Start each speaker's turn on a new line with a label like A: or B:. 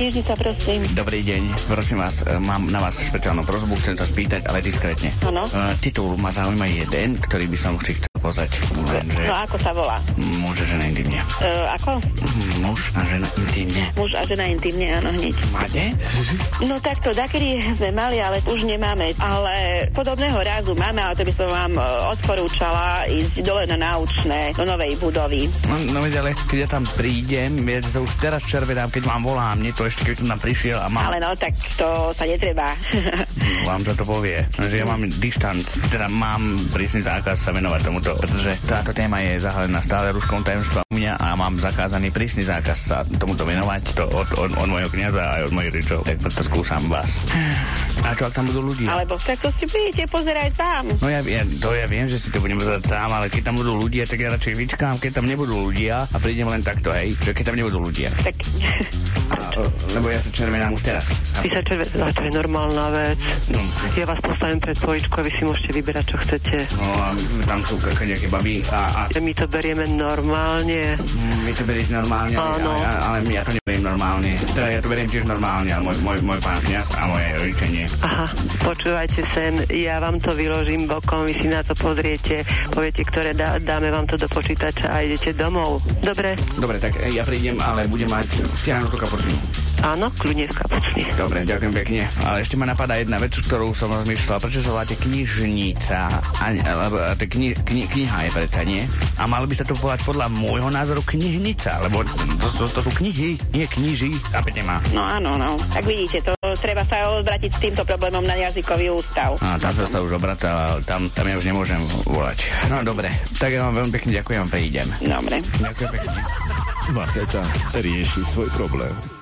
A: Ježica, prosím.
B: Dobrý deň, prosím vás, e, mám na vás špeciálnu prozbu, chcem sa spýtať, ale diskrétne.
A: Áno.
B: E, titul ma zaujíma jeden, ktorý by som si chcel pozrieť. Lenže
A: No ako sa volá?
B: muž a žena intimne.
A: E, ako?
B: Muž a žena intimne.
A: Muž a žena intimne, áno, hneď.
B: Máte?
A: No takto, dakedy sme mali, ale už nemáme. Ale podobného rázu máme, ale to by som vám e, odporúčala ísť dole na náučné, do novej budovy.
B: No, no veď, ale keď ja tam prídem, ja sa už teraz červenám, keď vám volám, nie to ešte, keď som tam prišiel a mám...
A: Ale no, tak to sa netreba.
B: Mm, vám to to povie, že ja mám distanc, teda mám prísny zákaz sa venovať tomuto, pretože táto téma je zahalená stále ruskom tajomstvom u mňa a mám zakázaný prísny zákaz sa tomuto venovať to od, od, od mojho kniaza a aj od mojich rečov, tak preto skúšam vás. A čo, ak tam budú ľudia?
A: Alebo tak to si budete pozerať tam.
B: No ja, ja, to ja viem, že si to budem pozerať sám, ale keď tam budú ľudia, tak ja radšej vyčkám, keď tam nebudú ľudia a prídem len takto, hej, že keď tam nebudú ľudia.
A: Tak
B: A, lebo ja sa červenám už teraz. A-
C: Vy sa červe- no, to je normálna vec.
B: No.
C: Ja vás postavím pred poličku a vy si môžete vyberať, čo chcete.
B: No a tam sú k- nejaké baby a, a
C: My to berieme normálne.
B: Vy Mm, to berieš normálne, ale,
C: Áno.
B: ale, ale ja to neberiem normálne. Teda ja to beriem tiež normálne, ale môj, môj, môj pán kniaz a moje rodiče nie.
C: Aha, počúvajte sen, ja vám to vyložím bokom, vy si na to pozriete, poviete, ktoré dá, dáme vám to do počítača a idete domov. Dobre?
B: Dobre, tak e, ja prídem, ale budem mať stiahnutú kapučinu.
C: Áno, kľudne v kapucni.
B: Dobre, ďakujem pekne. Ale ešte ma napadá jedna vec, ktorú som rozmýšľal. Prečo sa voláte knižnica? A, ne- lebo a to kni, kni, kniha je predsa, nie? A malo by sa to volať podľa môjho názoru knihnica, lebo to, to, to sú knihy, nie kniži. Chápete ma?
A: no áno, no. Tak vidíte, to treba sa odvratiť s týmto problémom na jazykový ústav.
B: A tam som sa už obracal, ale tam, tam ja už nemôžem volať. No dobre, tak ja vám veľmi pekne ďakujem, prídem.
A: Dobre.
B: Ďakujem pekne.
D: Markéta rieši svoj problém.